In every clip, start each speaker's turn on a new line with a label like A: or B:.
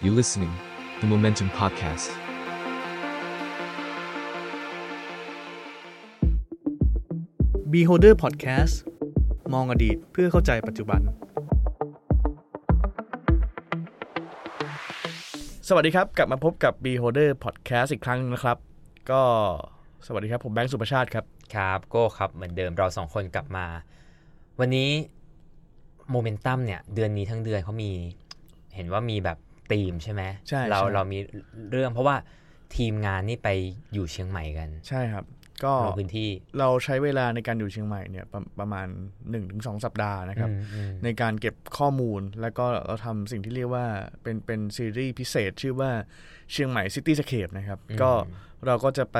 A: You listening, the Momentum Podcast.
B: บ Beholder Podcast มองอดีตเพื่อเข้าใจปัจจุบัน
C: สวัสดีครับ กลับมาพบกับ Beholder Podcast อีกครั้งหนึ่งนะครับ ก็สวัสดีครับ ผมแบงค์สุประชาติครับ
D: ครับโก้ครับเหมือนเดิมเราสองคนกลับมา วันนี้โมเมนตัมเนี่ย เดือนนี้ทั้งเดือนเขามี เห็นว่ามีแบบทีมใช่ไหม
C: ใช่
D: เรา
C: ใช่
D: เรามีเรื่องเพราะว่าทีมงานนี่ไปอยู่เชียงใหม่กัน
C: ใช่ครับ ก็
D: ลงพื้นที่
C: เราใช้เวลาในการอยู่เชียงใหม่เนี่ยประประมาณ 1-2 สัปดาห์นะครับ
D: อืมอืม
C: ในการเก็บข้อมูลแล้วก็เราทำสิ่งที่เรียกว่าเป็นเป็นซีรีส์พิเศษ ชื่อว่าเชียงใหม่ซิตี้สเคปนะครับก็เราก็จะไป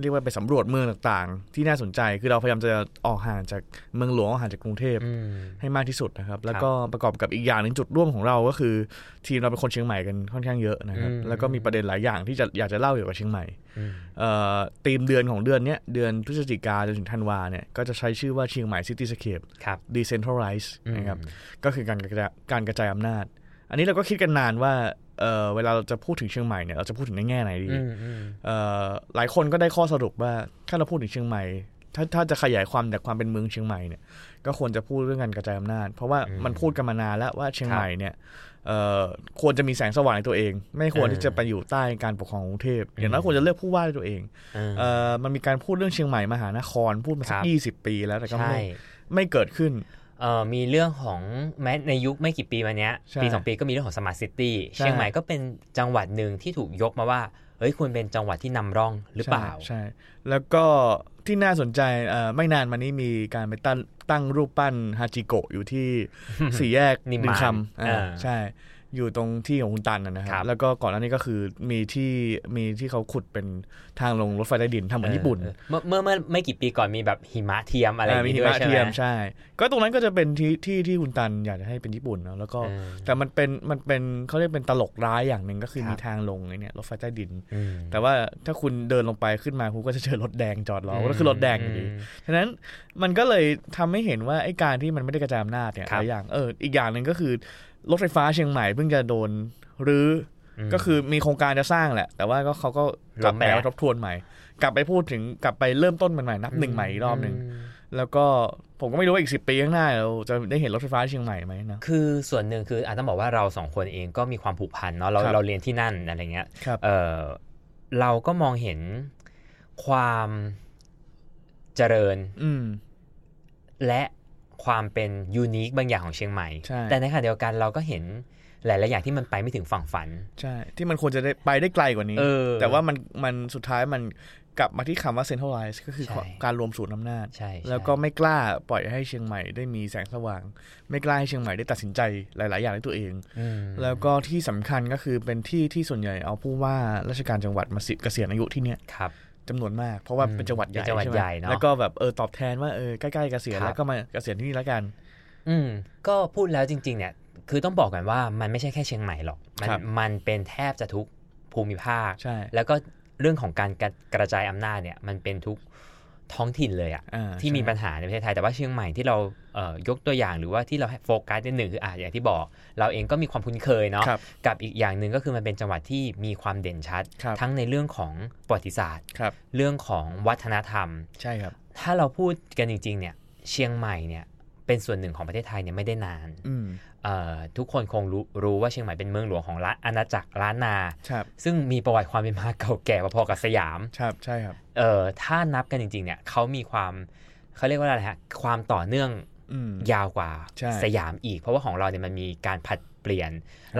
C: เรียกว่าไปสำรวจเมืองต่างๆ ที่น่าสนใจคือเราพยายามจะออกห่างจากเมืองหลวงออกห่างจากกรุงเทพ
D: อืม
C: ให้มากที่สุดนะครับ แล้วก็ประกอบกับอีกอย่างหนึ่งจุดร่วมของเราก็คือ ทีมเราเป็นคนเชียงใหม่กันค่อนข้างเยอะนะครับ
D: อืม
C: แล้วก็มีประเด็นหลายอย่างที่จะอยากจะเล่าเกี่ยวกับเชียงใหม่
D: อืม
C: เอ่อธีมเดือนของเดือนเนี้ยเดือนพฤศจิกาจนถึงธันวาเนี่ยก็จะใช้ชื่อว่าเชียงใหม่ซิตี้สเคป
D: ครับ
C: ดีเซนทรัลไลซ์
D: อืม
C: นะครับ ก็คือการกระจายการกระจายอำนาจ อันนี้เราก็คิดกันนานว่าเอ่อเวลาเราจะพูดถึงเชียงใหม่เนี่ยเราจะพูดถึงในแง่ไหนดี
D: อืมอืม
C: เอ่อหลายคนก็ได้ข้อสรุปว่าถ้าเราพูดถึงเชียงใหม่ ถ้าถ้าจะขยายความจากความเป็นเมืองเชียงใหม่เนี่ย ก็ควรจะพูดเรื่องการกระจายอำนาจ เพราะว่ามันพูดกันมานานแล้วว่าเชียงใหม่เนี่ยเอ่อควรจะมีแสงสว่างในตัวเอง ไม่ควรที่จะไปอยู่ใต้การปกครองของกรุงเทพอย่างน้อยควรจะเลือกผู้ว่าด้วยตัวเอง
D: เออ
C: เอ่อมันมีการพูดเรื่องเชียงใหม่มหานครพูดมาสัก
D: ครับ
C: ยี่สิบปีแล้วแต่ก็
D: ใช่
C: ไม่ไม่เกิดขึ้น
D: เอ่อมีเรื่องของแม้ในยุคไม่กี่ปีมาเนี้ย
C: ใช่
D: ปีสองปีก็มีเรื่องของสมาร์ทซิตี้
C: ใช่
D: เชียงใหม่ก็เป็นจังหวัดหนึ่งที่ถูกยกมาว่าเฮ้ยควรเป็นจังหวัดที่นำร่องหรือเปล่า
C: ใช่ใช่ แล้วก็ที่น่าสนใจเอ่อไม่นานมานี้มีการไปตั้งตั้งรูปปั้นฮาจิโกะอยู่ที่ สี่แยก
D: นิมมาน
C: งคำอ่า
D: อ่า
C: ใช่ อยู่ตรงที่ของคุณตันนะนะค
D: ครั
C: รับ
D: บ
C: แล้วก็ก่อนหน้านี้ก็คือมีที่มีที่เขาขุดเป็นทางลงรถไฟใต้ดินทำเหมือนญี่ปุ่น
D: เออเมื่อเมื่อเมื่อไม่กี่ปีก่อนมีแบบหิมะเทียมอะไรอ
C: อ่า
D: ย่าง
C: มี
D: งี้
C: หิ
D: ด้วย
C: มะ
D: ใช่ไห
C: เทีย
D: ม
C: มใช่ ก็ตรงนั้นก็จะเป็นที่ที่ที่คุณตันอยากจะให้เป็นญี่ปุ่นเนาะแล้วก็
D: เออ
C: แต่มันเป็นมันเป็นเขาเรียกเป็นตลกร้ายอย่างหนึ่งก็คือ
D: ครับ
C: มีทางลงไอ้เนี่ยรถไฟใต้ดิน
D: อืม
C: แต่ว่าถ้าคุณเดินลงไปขึ้นมาคุณก็จะเจอรถแดงจอดรอก็คือรถแดงอยู่ดี
D: ม
C: ฉะนั้นมันก็เลยทำให้เห็นว่าไอ้การที่มันไม่ได้กระจายอำนาจเนี่ย
D: ค
C: ห
D: รับ
C: ลายอย่างเอออีกอย่างหนึ่งก็คือ รถไฟฟ้าเชียงใหม่เพิ่งจะโดนรื้ออ
D: ม
C: ก็คือมีโครงการจะสร้างแหละ แต่ว่าก็เขาก็กลับ
D: ล้ม
C: ไป
D: แล้ว
C: ทบทวนใหม่ กลับไปพูดถึงกลับไปเริ่มต้นมันใหม่นับหนึ่งใหม่อีกรอบหนึ่ง
D: ม
C: แล้วก็ผมก็ไม่รู้ว่าอีกสิปีข้างหน้าเราจะได้เห็นรถไฟฟ้าเชียงใหม่ไหมนะ
D: คือส่วนหนึ่งคืออาจต้องบอกว่าเราสองคนเองก็มีความผูกพันเนาะเรา
C: ครับ
D: เราเรียนที่นั่นอะไรเงี้ย
C: ครับ
D: เออเราก็มองเห็นความเจริญ
C: อืม
D: และความเป็นยูนิคบางอย่างของเชียงใหม่
C: ใช่
D: แต่ในขณะเดียวกันเราก็เห็นหลายๆอย่างที่มันไปไม่ถึงฝั่งฝัน
C: ใช่ที่มันควรจะได้ไปได้ไกลกว่านี้
D: เออ
C: แต่ว่ามันมันสุดท้ายมันกลับมาที่คำว่าเซ็นทรัลไลซ์ก็คือ
D: ใช่
C: การรวมศูนย์อำนาจ
D: ใช่ใช่
C: แล้วก็ไม่กล้าปล่อยให้เชียงใหม่ได้มีแสงสว่าง ไม่กล้าให้เชียงใหม่ได้ตัดสินใจหลาย ๆ อย่างในตัวเอง
D: อืม
C: แล้วก็ที่สำคัญก็คือเป็นที่ที่ส่วนใหญ่เอาผู้ว่าราชการจังหวัดมาสิเกษียณอายุที่เนี่ย
D: ครับ
C: จำนวนมากเพราะว่า
D: อืม
C: เป็นจังหวัดใหญ่
D: เป็นจังหวัด
C: ช่ไม
D: ใหญ่เนอะ
C: แล้วก็แบบเออตอบแทนว่าเออใกล้ๆเกษียณ
D: ครับ
C: แล้วก็มาเกษียณที่นี่แล้วกัน
D: อืมก็พูดแล้วจริง ๆ เนี่ย คือต้องบอกกันว่ามันไม่ใช่แค่เชียงใหม่หรอก มั
C: ครับ
D: มันเป็นแทบจะทุกภูมิภาค
C: ใช่
D: แล้วก็เรื่องของการกระกระจายอำนาจเนี่ย มันเป็นทุกท้องถิ่นเลยอะ
C: อ่า
D: ที่มี
C: ใช่
D: ปัญหาในประเทศไทย แต่ว่าเชียงใหม่ที่เราเอ่อยกตัวอย่างหรือว่าที่เราให้โฟกัสในหนึ่งคืออ่ะอย่างที่บอก เราเองก็มีความคุ้นเคยเนาะ
C: ครับ
D: กับอีกอย่างหนึ่งก็คือมันเป็นจังหวัดที่มีความเด่นชัด
C: ครับ
D: ทั้งในเรื่องของประวัติศาสตร์
C: ครับ
D: เรื่องของวัฒนธรรม
C: ใช่ครับ
D: ถ้าเราพูดกันจริง ๆ เนี่ย เชียงใหม่เนี่ย เป็นส่วนหนึ่งของประเทศไทยเนี่ยไม่ได้นาน
C: อืม
D: เอ่อทุกคนคงรู้รู้ว่าเชียงใหม่เป็นเมืองหลวงของรัฐอาณาจักรล้านนา
C: ครับ
D: ซึ่งมีประวัติความเป็นมาเก่าแก่พอๆกับสยาม
C: ครับใช่ครับ
D: เอ่อถ้านับกันจริง ๆ เนี่ยเขามีความเขาเรียกว่าอะไรฮะ ความต่อเนื่อง
C: อืม
D: ยาวกว่า
C: ใช่
D: สยามอีก เพราะว่าของเราเนี่ยมันมีการผลัดเปลี่ยน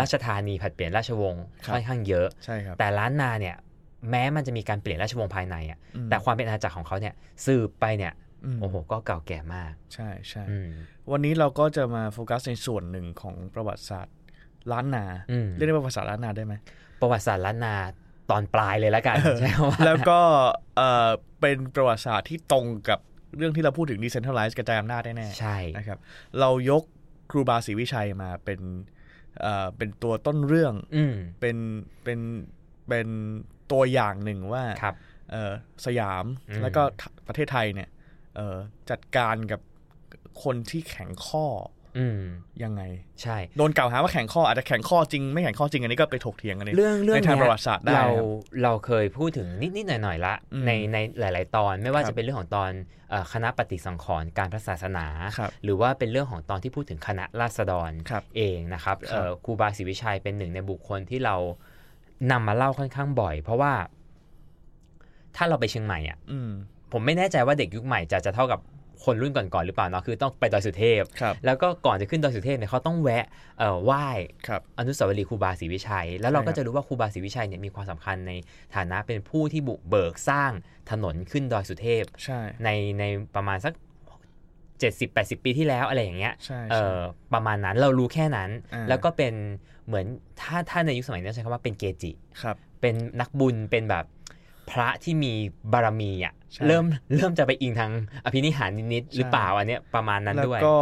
D: ราชธานีผลัดเปลี่ยนราชวงศ์
C: ครับ
D: ค่อนข้างเยอะ
C: ใช่ครับ
D: แต่ล้านนาเนี่ยแม้มันจะมีการเปลี่ยนราชวงศ์ภายในอ่ะ
C: อืม
D: แต่ความเป็นอาณาจักรของเขาเนี่ยสืบไปเนี่ย
C: อืม
D: โอ้โหก็เก่าแก่มาก
C: ใช่ใช่
D: อืม
C: วันนี้เราก็จะมาโฟกัสในส่วนหนึ่งของประวัติศาสตร์ล้านนา
D: อืม
C: เรียกได้ว่าภาษาล้านนาได้ ไหม
D: ประวัติศาสตร์ล้านนาตอนปลายเลยละกัน
C: เออ
D: ใช่ว่า
C: แล้วก็เอ่อเป็นประวัติศาสตร์ที่ตรงกับเรื่องที่เราพูดถึง decentralized กระจายอำนาจแน่
D: ใช่
C: ๆนะครับ เรายกครูบาศรีวิชัยมาเป็นเอ่อเป็นตัวต้นเรื่อง
D: อืม
C: เป็นเป็นเป็นตัวอย่างหนึ่งว่า
D: ครับ
C: เอ่อสยาม
D: อืม
C: แล้วก็ประเทศไทยเนี่ยเอ่อจัดการกับคนที่แข็งข้ออ
D: อืม
C: ยังไง
D: ใช่
C: โดนกล่าวหาว่าแข่งข้ออาจจะแข่งข้อจริงไม่แข่งข้อจริงอันนี้ก็ไปถกเถียงกันใน
D: เรื่องเรื่อง
C: ในทาง
D: เนี้ย
C: ประวัติศาสตร์ได้
D: เรา
C: ครับ
D: เราเคยพูดถึงนิดๆหน่อยๆละ
C: อืม
D: ในในหลาย ๆ ตอนไม่
C: ค
D: ว่า
C: รับ
D: จะเป็นเรื่องของตอนเอ่อคณะปฏิสังขรณ์การพระศาสนา
C: ครับ
D: หรือว่าเป็นเรื่องของตอนที่พูดถึงคณะราษฎร
C: ครับ
D: เองนะครับ
C: ครับ
D: เอ่อครูบาศรีวิชัยเป็นหนึ่งในบุคคลที่เรานำมาเล่าค่อนข้างบ่อย เพราะว่าถ้าเราไปเชียงใหม่อ่ะ
C: อืม
D: ผมไม่แน่ใจว่าเด็กยุคใหม่จะจะเท่ากับคนรุ่นก่อนๆหรือเปล่าเนาะคือต้องไปดอยสุเทพ
C: ครับ
D: แล้วก็ก่อนจะขึ้นดอยสุเทพเนี่ยเขาต้องแวะเอ่อไหว้
C: ครับ
D: อนุสาวรีย์ครูบาศรีวิชัย แล้วเรา
C: ใช่ครั
D: ก็
C: บ
D: จะรู้ว่าครูบาศรีวิชัยเนี่ยมีความสำคัญในฐานะเป็นผู้ที่บุกเบิกสร้างถนนขึ้นดอยสุเทพ
C: ใช่
D: ในในประมาณสัก 70-80 ปีที่แล้วอะไรอย่างเงี้ย
C: ใช่
D: เอ
C: ใช่
D: อประมาณนั้นเรารู้แค่นั้น
C: อ่า
D: แล้วก็เป็นเหมือนถ้าถ้าในยุคสมัยนี้ใช้คำว่าเป็นเกจิ
C: ครับ
D: เป็นนักบุญเป็นแบบพระที่มีบารมีอ่ะ
C: ใช่
D: เริ่มเริ่มจะไปอิงทางอภินิหารนิดๆหรือ
C: ใช่
D: เปล่าอันเนี้ยประมาณนั้น
C: แล้ว
D: ด้วย
C: ก็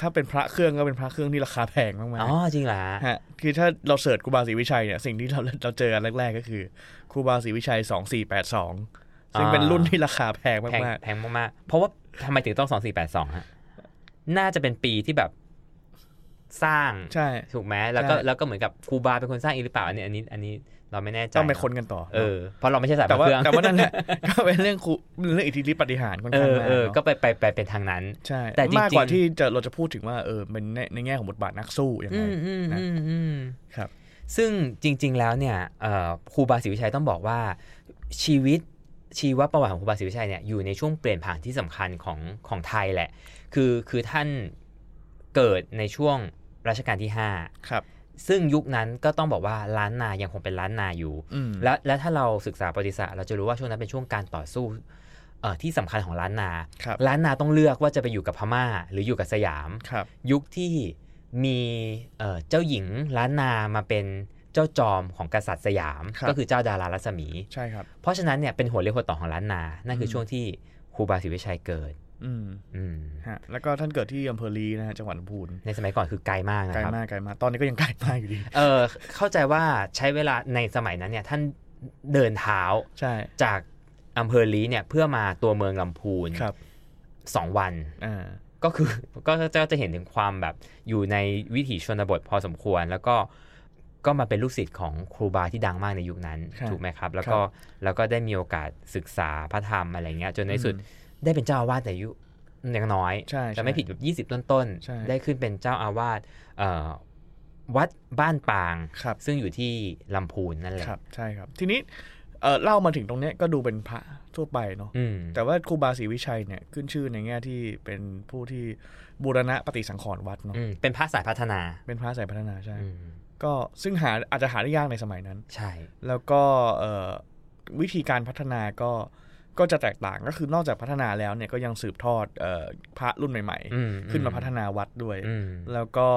C: ถ้าเป็นพระเครื่องก็เป็นพระเครื่องที่ราคาแพงมาก
D: อ๋อจริงเหรอฮะ
C: ๆฮะคือถ้าเราเสิร์ชครูบาศรีวิชัยเนี่ยสิ่งที่เราเราเจออันแรกๆก็คือครูบาศรีวิชัยสองสี่แปดสองซึ่งเป็นรุ่นที่ราคาแพง
D: แพง
C: มาก
D: แพงมากๆ เพราะว่าทำไมถึงต้องสองสี่แปดสองฮะน่าจะเป็นปีที่แบบสร้าง
C: ๆใช่
D: ถูกไหมแล้วก็
C: ใช่
D: แล้วก็เหมือนกับครูบาเป็นคนสร้างเองหรือเปล่าอันนี้อันนี้อันนี้เราไม่แน่ใจ
C: ต้องไปค้นกันต่อ
D: เออเพราะเราไม่ใช่สาย
C: แต่ว่า
D: พระเครื่อง
C: แต่ว่านั่นแหละ ก็เป็นเรื่องครูเรื่องอิทธิฤทธิปฏิหารย์ค่อน
D: เอ
C: ข้าง
D: อ
C: มาก
D: เออ
C: เนอะ
D: ก็ไปไปไปเป็นทางนั้น
C: ใช่
D: แต่จริงๆ
C: มากกว่าที่จะเราจะพูดถึงว่าเออมันในในแง่ของบทบาทนักสู้ยัง
D: อื
C: ไง
D: มอืม
C: นะ
D: อืมอืม
C: ครับ
D: ซึ่งจริง ๆ แล้วเนี่ยเอ่อครูบาศรีวิชัยต้องบอกว่า ชีวิตชีวประวัติของครูบาศรีวิชัยเนี่ยอยู่ในช่วงเปลี่ยนผ่านที่สำคัญของของไทยแหละ คือคือท่านเกิดในช่วงรัชกาลที่
C: ครับ
D: 5 ซึ่งยุคนั้นก็ต้องบอกว่าล้านนายังคงเป็นล้านนาอยู่
C: อืม
D: และและถ้าเราศึกษาประวัติศาสตร์เราจะรู้ว่าช่วงนั้นเป็นช่วงการต่อสู้เอ่อที่สำคัญของล้านนา
C: ครับ
D: ล้านนาต้องเลือกว่าจะไปอยู่กับพม่า หรืออยู่กับสยาม
C: ครับ
D: ยุคที่มีเอ่อเจ้าหญิงล้านนามาเป็นเจ้าจอมของกษัตริย์สยาม
C: ครับ
D: ก็คือเจ้าดารารัศมี
C: ใช่ครับ
D: เพราะฉะนั้นเนี่ยเป็นหัวเรียวหัวต่อของล้านนา นั่นคือ
C: ม
D: ช่วงที่ครูบาศรีวิชัยเกิด
C: อืม
D: อืม
C: ฮะแล้วก็ท่านเกิดที่อำเภอลีนะฮะจังหวัดลำพูน
D: ในสมัยก่อนคือไกลมากนะ
C: ไกล
D: ครับ
C: มากไกลมากตอนนี้ก็ยังไกลมากอยู่ดี
D: เออเข้าใจว่าใช้เวลาในสมัยนั้นเนี่ยท่านเดินเท้า
C: ใช่
D: จากอำเภอลีเนี่ยเพื่อมาตัวเมืองลำพูน
C: ครับ
D: สองวัน
C: อ่า
D: ก็คือ ก็จะจะเห็นถึงความแบบอยู่ในวิถีชนบทพอสมควร แล้วก็ก็มาเป็นลูกศิษย์ของครูบาที่ดังมากในยุคนั้น
C: ครับ
D: ถูกไหมครับ แล้วก็แล้วก็ได้มีโอกาสศึกษาพระธรรมอะไรเงี้ยจนในที่สุด
C: อืม
D: ได้เป็นเจ้าอาวาสแต่อายุยังน้อย
C: ใช่
D: จะ
C: ใช่
D: ไม่ผิดแบบยี่สิบ20 ต้น
C: ใช่
D: ๆ ได้ขึ้นเป็นเจ้าอาวาสเอ่อวัดบ้านปาง
C: ครับ
D: ซึ่งอยู่ที่ลำพูนนั่นแหละ
C: ครับใช่ครับ ทีนี้เออเล่ามาถึงตรงเนี้ยก็ดูเป็นพระทั่วไปเนาะ
D: อืม
C: แต่ว่าครูบาศรีวิชัยเนี่ยขึ้นชื่อในแง่ที่เป็นผู้ที่บูรณะปฏิสังขรณ์วัดเนาะ
D: อืมเป็นพระสายพัฒนา
C: เป็นพระสายพัฒนาใช่
D: อืม
C: ก็ซึ่งหาอาจจะหาได้ยากในสมัยนั้น
D: ใช่
C: แล้วก็เอ่อวิธีการพัฒนาก็ก็จะแตกต่างก็คือนอกจากพัฒนาแล้วเนี่ยก็ยังสืบทอดเอ่อพระรุ่นใหม่
D: อื
C: ๆ ขึ้นมาพัฒนาวัดด้วย
D: อืม
C: แล้วก็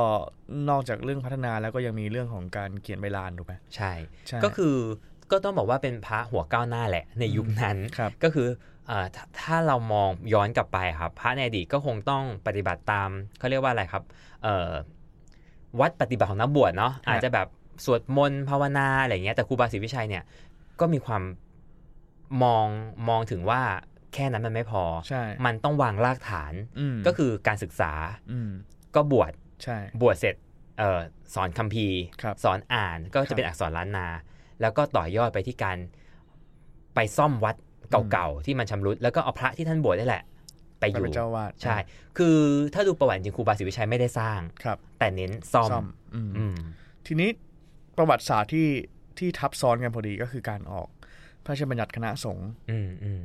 C: นอกจากเรื่องพัฒนาแล้วก็ยังมีเรื่องของการเขียนใบลานถูกไหม
D: ใช่
C: ใช่
D: ก็คือก็ต้องบอกว่าเป็นพระหัวก้าวหน้าแหละ ในยุคนั้น
C: ครับ
D: ก็คือเอ่อถ้าถ้าเรามองย้อนกลับไปครับ พระในอดีตก็คงต้องปฏิบัติตามเขาเรียกว่าอะไรครับเอ่อวัดปฏิบัติของนักบวชเนาะ
C: ครับ
D: อาจจะแบบสวดมนต์ภาวนาอะไรอย่างเงี้ยแต่ครูบาศรีวิชัยเนี่ยก็มีความมองมองถึงว่าแค่นั้นมันไม่พอ
C: ใช่
D: มันต้องวางรากฐาน
C: ม
D: ก็คือการศึกษา
C: มืม
D: ก็บวช
C: ใช่
D: บวชเสร็จเออสอนคัมภีร์
C: ครับ
D: สอนอ่านก็
C: ครั
D: จะ
C: บ
D: เป็นอักษรล้านนา แล้วก็ต่อยอดไปที่การไปซ่อมวัดเก่าๆ ที่มันชำรุด แล้วก็เอาพระที่ท่านบวชได้แหละ ไปอยู่
C: ไปเป็นเจ้าอาวาส
D: ใช่ คือถ้าดูประวัติจริงครูบาศรีวิชัยไม่ได้สร้าง
C: ครับ
D: แต่เน้นซ่อม
C: ซ่อมอืม
D: อืม
C: ทีนี้ประวัติศาสตร์ที่ที่ทับซ้อนกันพอดีก็คือการออกพระราชบัญญัติคณะสงฆ์
D: อืมอืม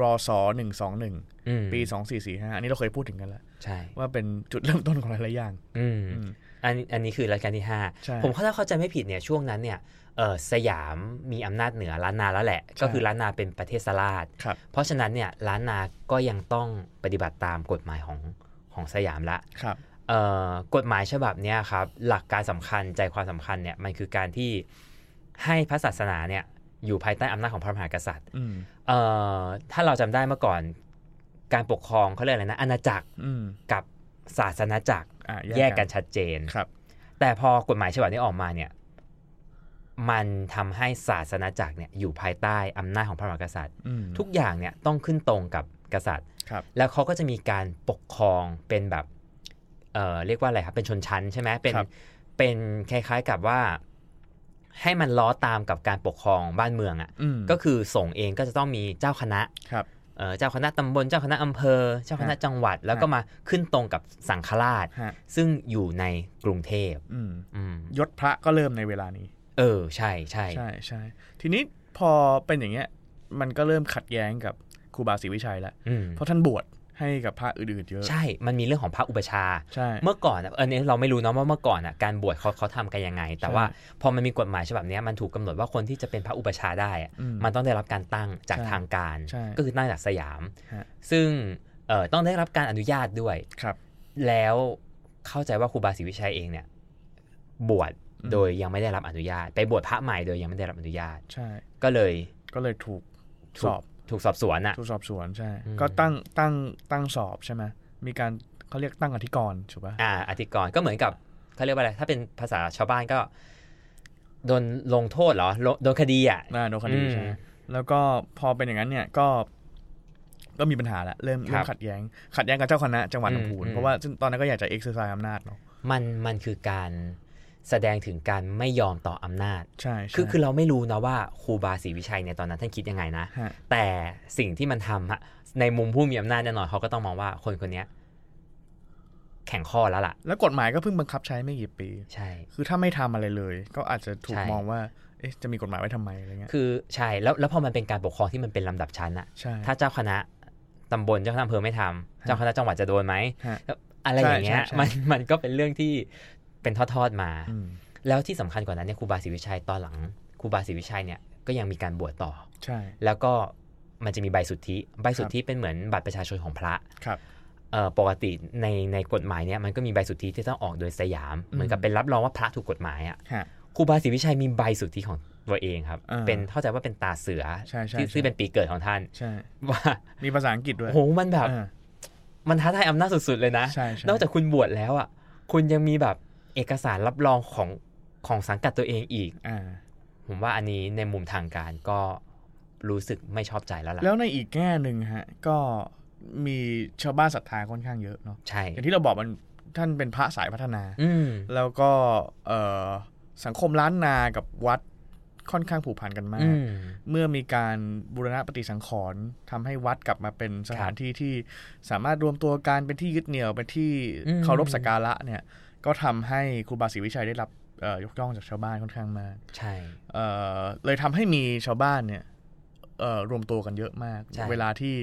C: รอสหนึ่งสองหนึ่ง
D: อืม
C: ปีสองสี่สี่ห้าอันนี้เราเคยพูดถึงกันแล้ว
D: ใช่
C: ว่าเป็นจุดเริ่มต้นของหลายๆอย่าง
D: อืม
C: อืม
D: อันอันนี้คือรัชกาลที่ห้า
C: ใช่
D: ผมถ้าเข้าใจไม่ผิดเนี่ยช่วงนั้นเนี่ยเออสยามมีอำนาจเหนือล้านนาแล้วแหละ ก็คือล้านนาเป็นประเทศสลาด
C: ครับ
D: เพราะฉะนั้นเนี่ยล้านนาก็ยังต้องปฏิบัติตามกฎหมายของของสยามละ
C: ครับ
D: เอ่อกฎหมายฉบับเนี้ยครับหลักการสำคัญใจความสำคัญเนี่ยมันคือการที่ให้พระศาสนาเนี่ยอยู่ภายใต้อำนาจของพระมหากษัตริย์
C: อืม
D: เอ่อถ้าเราจำได้เมื่อก่อนการปกครองเขาเรียกอะไรนะอาณาจักร
C: อืม
D: กับศาสนาจักร
C: อ่ะ
D: แยกกันชัดเจน
C: ครับ
D: แต่พอกฎหมายฉบับนี้ออกมาเนี่ยมันทำให้ศาสนาจักรเนี่ยอยู่ภายใต้อำนาจของพระมหากษัตริย์
C: อืม
D: ทุกอย่างเนี่ยต้องขึ้นตรงกับกษัตริย์
C: ครับ
D: แล้วเขาก็จะมีการปกครองเป็นแบบ เอ่อเรียกว่าอะไรครับเป็นชนชั้นใช่ไหมเป็น
C: ครับ
D: เป็นคล้ายๆกับว่า ให้มันล้อตามกับการปกครองบ้านเมืองอะ่ะ
C: อืม
D: ก็คือส่งฆ์เองก็จะต้องมีเจ้าคณะ
C: ครับ
D: เอ่อเจ้าคณะตำบลเจ้าคณะอำเภอ เจ้าคณะจังหวัด แล้วก็
C: ฮะ
D: มาขึ้นตรงกับสังฆราช
C: ฮะ
D: ซึ่งอยู่ในกรุงเทพ
C: อืม
D: อืม
C: ยศพระก็เริ่มในเวลานี้
D: เออใช่ใช่
C: ใช่ใช่ทีนี้พอเป็นอย่างเงี้ยมันก็เริ่มขัดแย้งกับครูบาศรีวิชัยแล้ว
D: อืม
C: เพราะท่านบวชให้กับพระอื่นๆเยอะ
D: ใช่ มันมีเรื่องของพระอุปชฌาย์
C: ใช่
D: เมื่อก่อนอะอันนี้เราไม่รู้เนาะว่าเมื่อก่อนอ่ะการบวชเขาเขาทำกันยังไง แต่
C: ใช่
D: ว่าพอมันมีกฎหมายฉบับเนี้ยมันถูกกำหนดว่าคนที่จะเป็นพระอุปชฌาย์ได้อะ
C: อืม
D: มันต้องได้รับการตั้งจาก
C: ใช่
D: ทางการ
C: ใช่
D: ก็คือตั้งจากสยาม
C: ฮะ
D: ซึ่งเอ่อต้องได้รับการอนุญาตด้วย
C: ครับ
D: แล้วเข้าใจว่าครูบาศรีวิชัยเองเนี่ย บวช
C: อืม
D: โดยยังไม่ได้รับอนุญาต ไปบวชพระใหม่โดยยังไม่ได้รับอนุญาต
C: ใช่
D: ก็เลย
C: ก็เลยถูกส
D: ถูก
C: อบ
D: ถูกสอบสวนอ่ะ
C: ถูกสอบสวนใช่
D: อืม
C: ก็ตั้งตั้งตั้งสอบใช่ไหมมีการเขาเรียกตั้งอธิกรณ์ถูกป่ะ
D: อ่าอธิกรณ์ก็เหมือนกับเขาเรียกว่าอะไร ถ้าเป็นภาษาชาวบ้านก็โดนลงโทษเหรอโดนคดีอ่ะ
C: อ่าโดนคดี
D: อืม
C: ใช่ไหมแล้วก็พอเป็นอย่างนั้นเนี่ยก็ก็มีปัญหาละเริ่ม
D: ครั
C: เริ่
D: บ
C: มขัดแย้ง ขัดแย้งกับเจ้าคณะจังหวัด
D: อืม
C: ลำพูน
D: อืม
C: เพราะว่าซึ่งตอนนั้นก็อยากจะเอ็กซ์ไซส์อำนาจเนาะ
D: มันมันคือการแสดงถึงการไม่ยอมต่ออำนาจ
C: ใช่ใช่
D: คือคือเราไม่รู้นะว่าครูบาศรีวิชัยเนี่ยตอนนั้นท่านคิดยังไงนะ
C: ฮะ
D: แต่สิ่งที่มันทำอะในมุมผู้มีอำนาจแน่นอนเขาก็ต้องมองว่าคนคนเนี้ยแข่งข้อแล้วล่ะ
C: แล้วกฎหมายก็เพิ่งบังคับใช้ไม่กี่ปี
D: ใช่
C: คือถ้าไม่ทำอะไรเลย ก็อาจจะถูก
D: ใช่
C: มองว่าเอ๊ะจะมีกฎหมายไว้ทำไมอะไรเงี้ย
D: คือใช่แล้วแล้วพอมันเป็นการปกครองที่มันเป็นลำดับชั้นอะ
C: ใช่
D: ถ้าเจ้าคณะตำบลเจ้าคณะอำเภอไม่ทำเจ้าคณะจังหวัดจะโดนไหม
C: ฮะ
D: อะไรอย่างเงี้ย
C: ใช่ใช่ใช่
D: มันมันก็เป็นเรื่องที่เป็นทอดๆมา
C: อืม
D: แล้วที่สำคัญกว่านั้นเนี่ยครูบาศรีวิชัยตอนหลังครูบาศรีวิชัยเนี่ยก็ยังมีการบวชต่อ
C: ใช่
D: แล้วก็มันจะมีใบสุทธิใบสุทธิเป็นเหมือนบัตรประชาชนของพระ
C: ครับ
D: เอ่อปกติในในกฎหมายเนี่ยมันก็มีใบสุทธิที่ต้องออกโดยสยาม
C: อืม
D: เหมือนกับเป็นรับรองว่าพระถูกกฎหมายอ่ะ
C: ฮะ
D: ครูบาศรีวิชัยมีใบสุทธิของตัวเองครับ
C: อ่า
D: เป็นเข้าใจว่าเป็นตาเสือ
C: ใช่ใช่
D: ที่
C: ใช่
D: ซึ่งเป็นปีเกิดของท่าน
C: ใช่
D: ว่า
C: มีภาษาอังกฤษด้วย
D: โหมันแบบ
C: อ่า
D: มันท้าทายอำนาจสุดๆเลยนะ
C: ใช่ใช่
D: นอกจากคุณบวชแล้วอ่ะ คุณยังมีแบบเอกสารรับรองของของสังกัดตัวเองอีก
C: อ่า
D: ผมว่าอันนี้ในมุมทางการก็รู้สึกไม่ชอบใจแล้ว
C: แล้
D: ล่ะ
C: วในอีกแง่หนึ่งฮะ ก็มีชาวบ้านศรัทธาค่อนข้างเยอะเนาะ
D: ใช่
C: อย่างที่เราบอกมันท่านเป็นพระสายพัฒนา
D: อืม
C: แล้วก็เอ่อสังคมล้านนากับวัดค่อนข้างผูกพันกันมา
D: อื
C: ก
D: ม
C: เมื่อมีการบูรณะปฏิสังขรณ์ทำให้วัดกลับมาเป็นสถานที่ที่สามารถรวมตัวกันเป็นที่ยึดเหนี่ยวเป็นที่
D: อืม
C: เคารพสักการะเนี่ยก็ทำให้ครูบาศรีวิชัยได้รับเอ่อยกย่องจากชาวบ้านค่อนข้างมาก
D: ใช่
C: เอ่อเลยทำให้มีชาวบ้านเนี่ยเอ่อรวมตัวกันเยอะมาก
D: ใช่
C: เวลาที่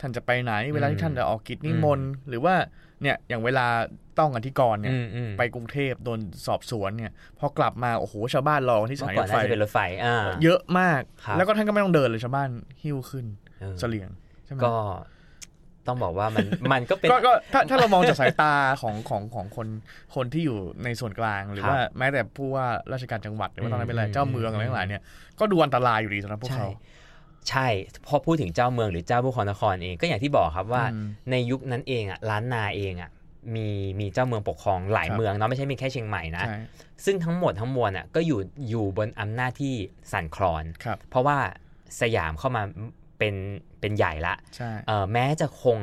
C: ท่านจะไปไหน เวลาที่ท่านจะออกกิจนิมนต์
D: อืม
C: หรือว่าเนี่ยอย่างเวลาต้องอธิกรณ์เนี่ย
D: อืมอืม
C: ไปกรุงเทพโดนสอบสวนเนี่ยพอกลับมาโอ้โหชาวบ้านรอที่ส
D: เมื่
C: ถา
D: อ
C: นีรถไฟ
D: ก่อนน่าจะเป็นรถไฟอ่า
C: เยอะมาก
D: ครับ
C: แล้วก็ท่านก็ไม่ต้องเดินเลยชาวบ้านหิ้วขึ้น
D: เออ
C: เสลียงใช่ไหม
D: ก็ต้องบอกว่า มันมันก็เป็น
C: ก็ก็ถ้าถ้าเรามองจากสายตาของของของคนคนที่อยู่ในส่วนกลางหรือ
D: ครับ
C: ว่าแม้แต่ผู้ว่าราชการจังหวัดหรือว่าตอนนั้นเป็นอะไร
D: อืม
C: เจ้าเมืองอะไร
D: อืม
C: ทั้งหลายเนี่ยก็ดูอันตรายอยู่ดีสำหรับพวก
D: ใช่
C: เขา
D: ใช่พอพูดถึงเจ้าเมืองหรือเจ้าผู้ครองนครเองก็อย่างที่บอกครับว่า
C: อืม
D: ในยุคนั้นเองอ่ะล้านนาเองอ่ะมีมีเจ้าเมืองปกครองหลาย
C: ครับ
D: เมืองเนาะไม่ใช่มีแค่เชียงใหม่นะ
C: ใช่
D: ซึ่งทั้งหมดทั้งมวลอ่ะก็อยู่อยู่บนอำนาจที่สั่นคลอน
C: ครับ
D: เพราะว่าสยามเข้ามาเป็นเป็นใหญ่ละ
C: ใช่
D: เอ่อแม้จะคง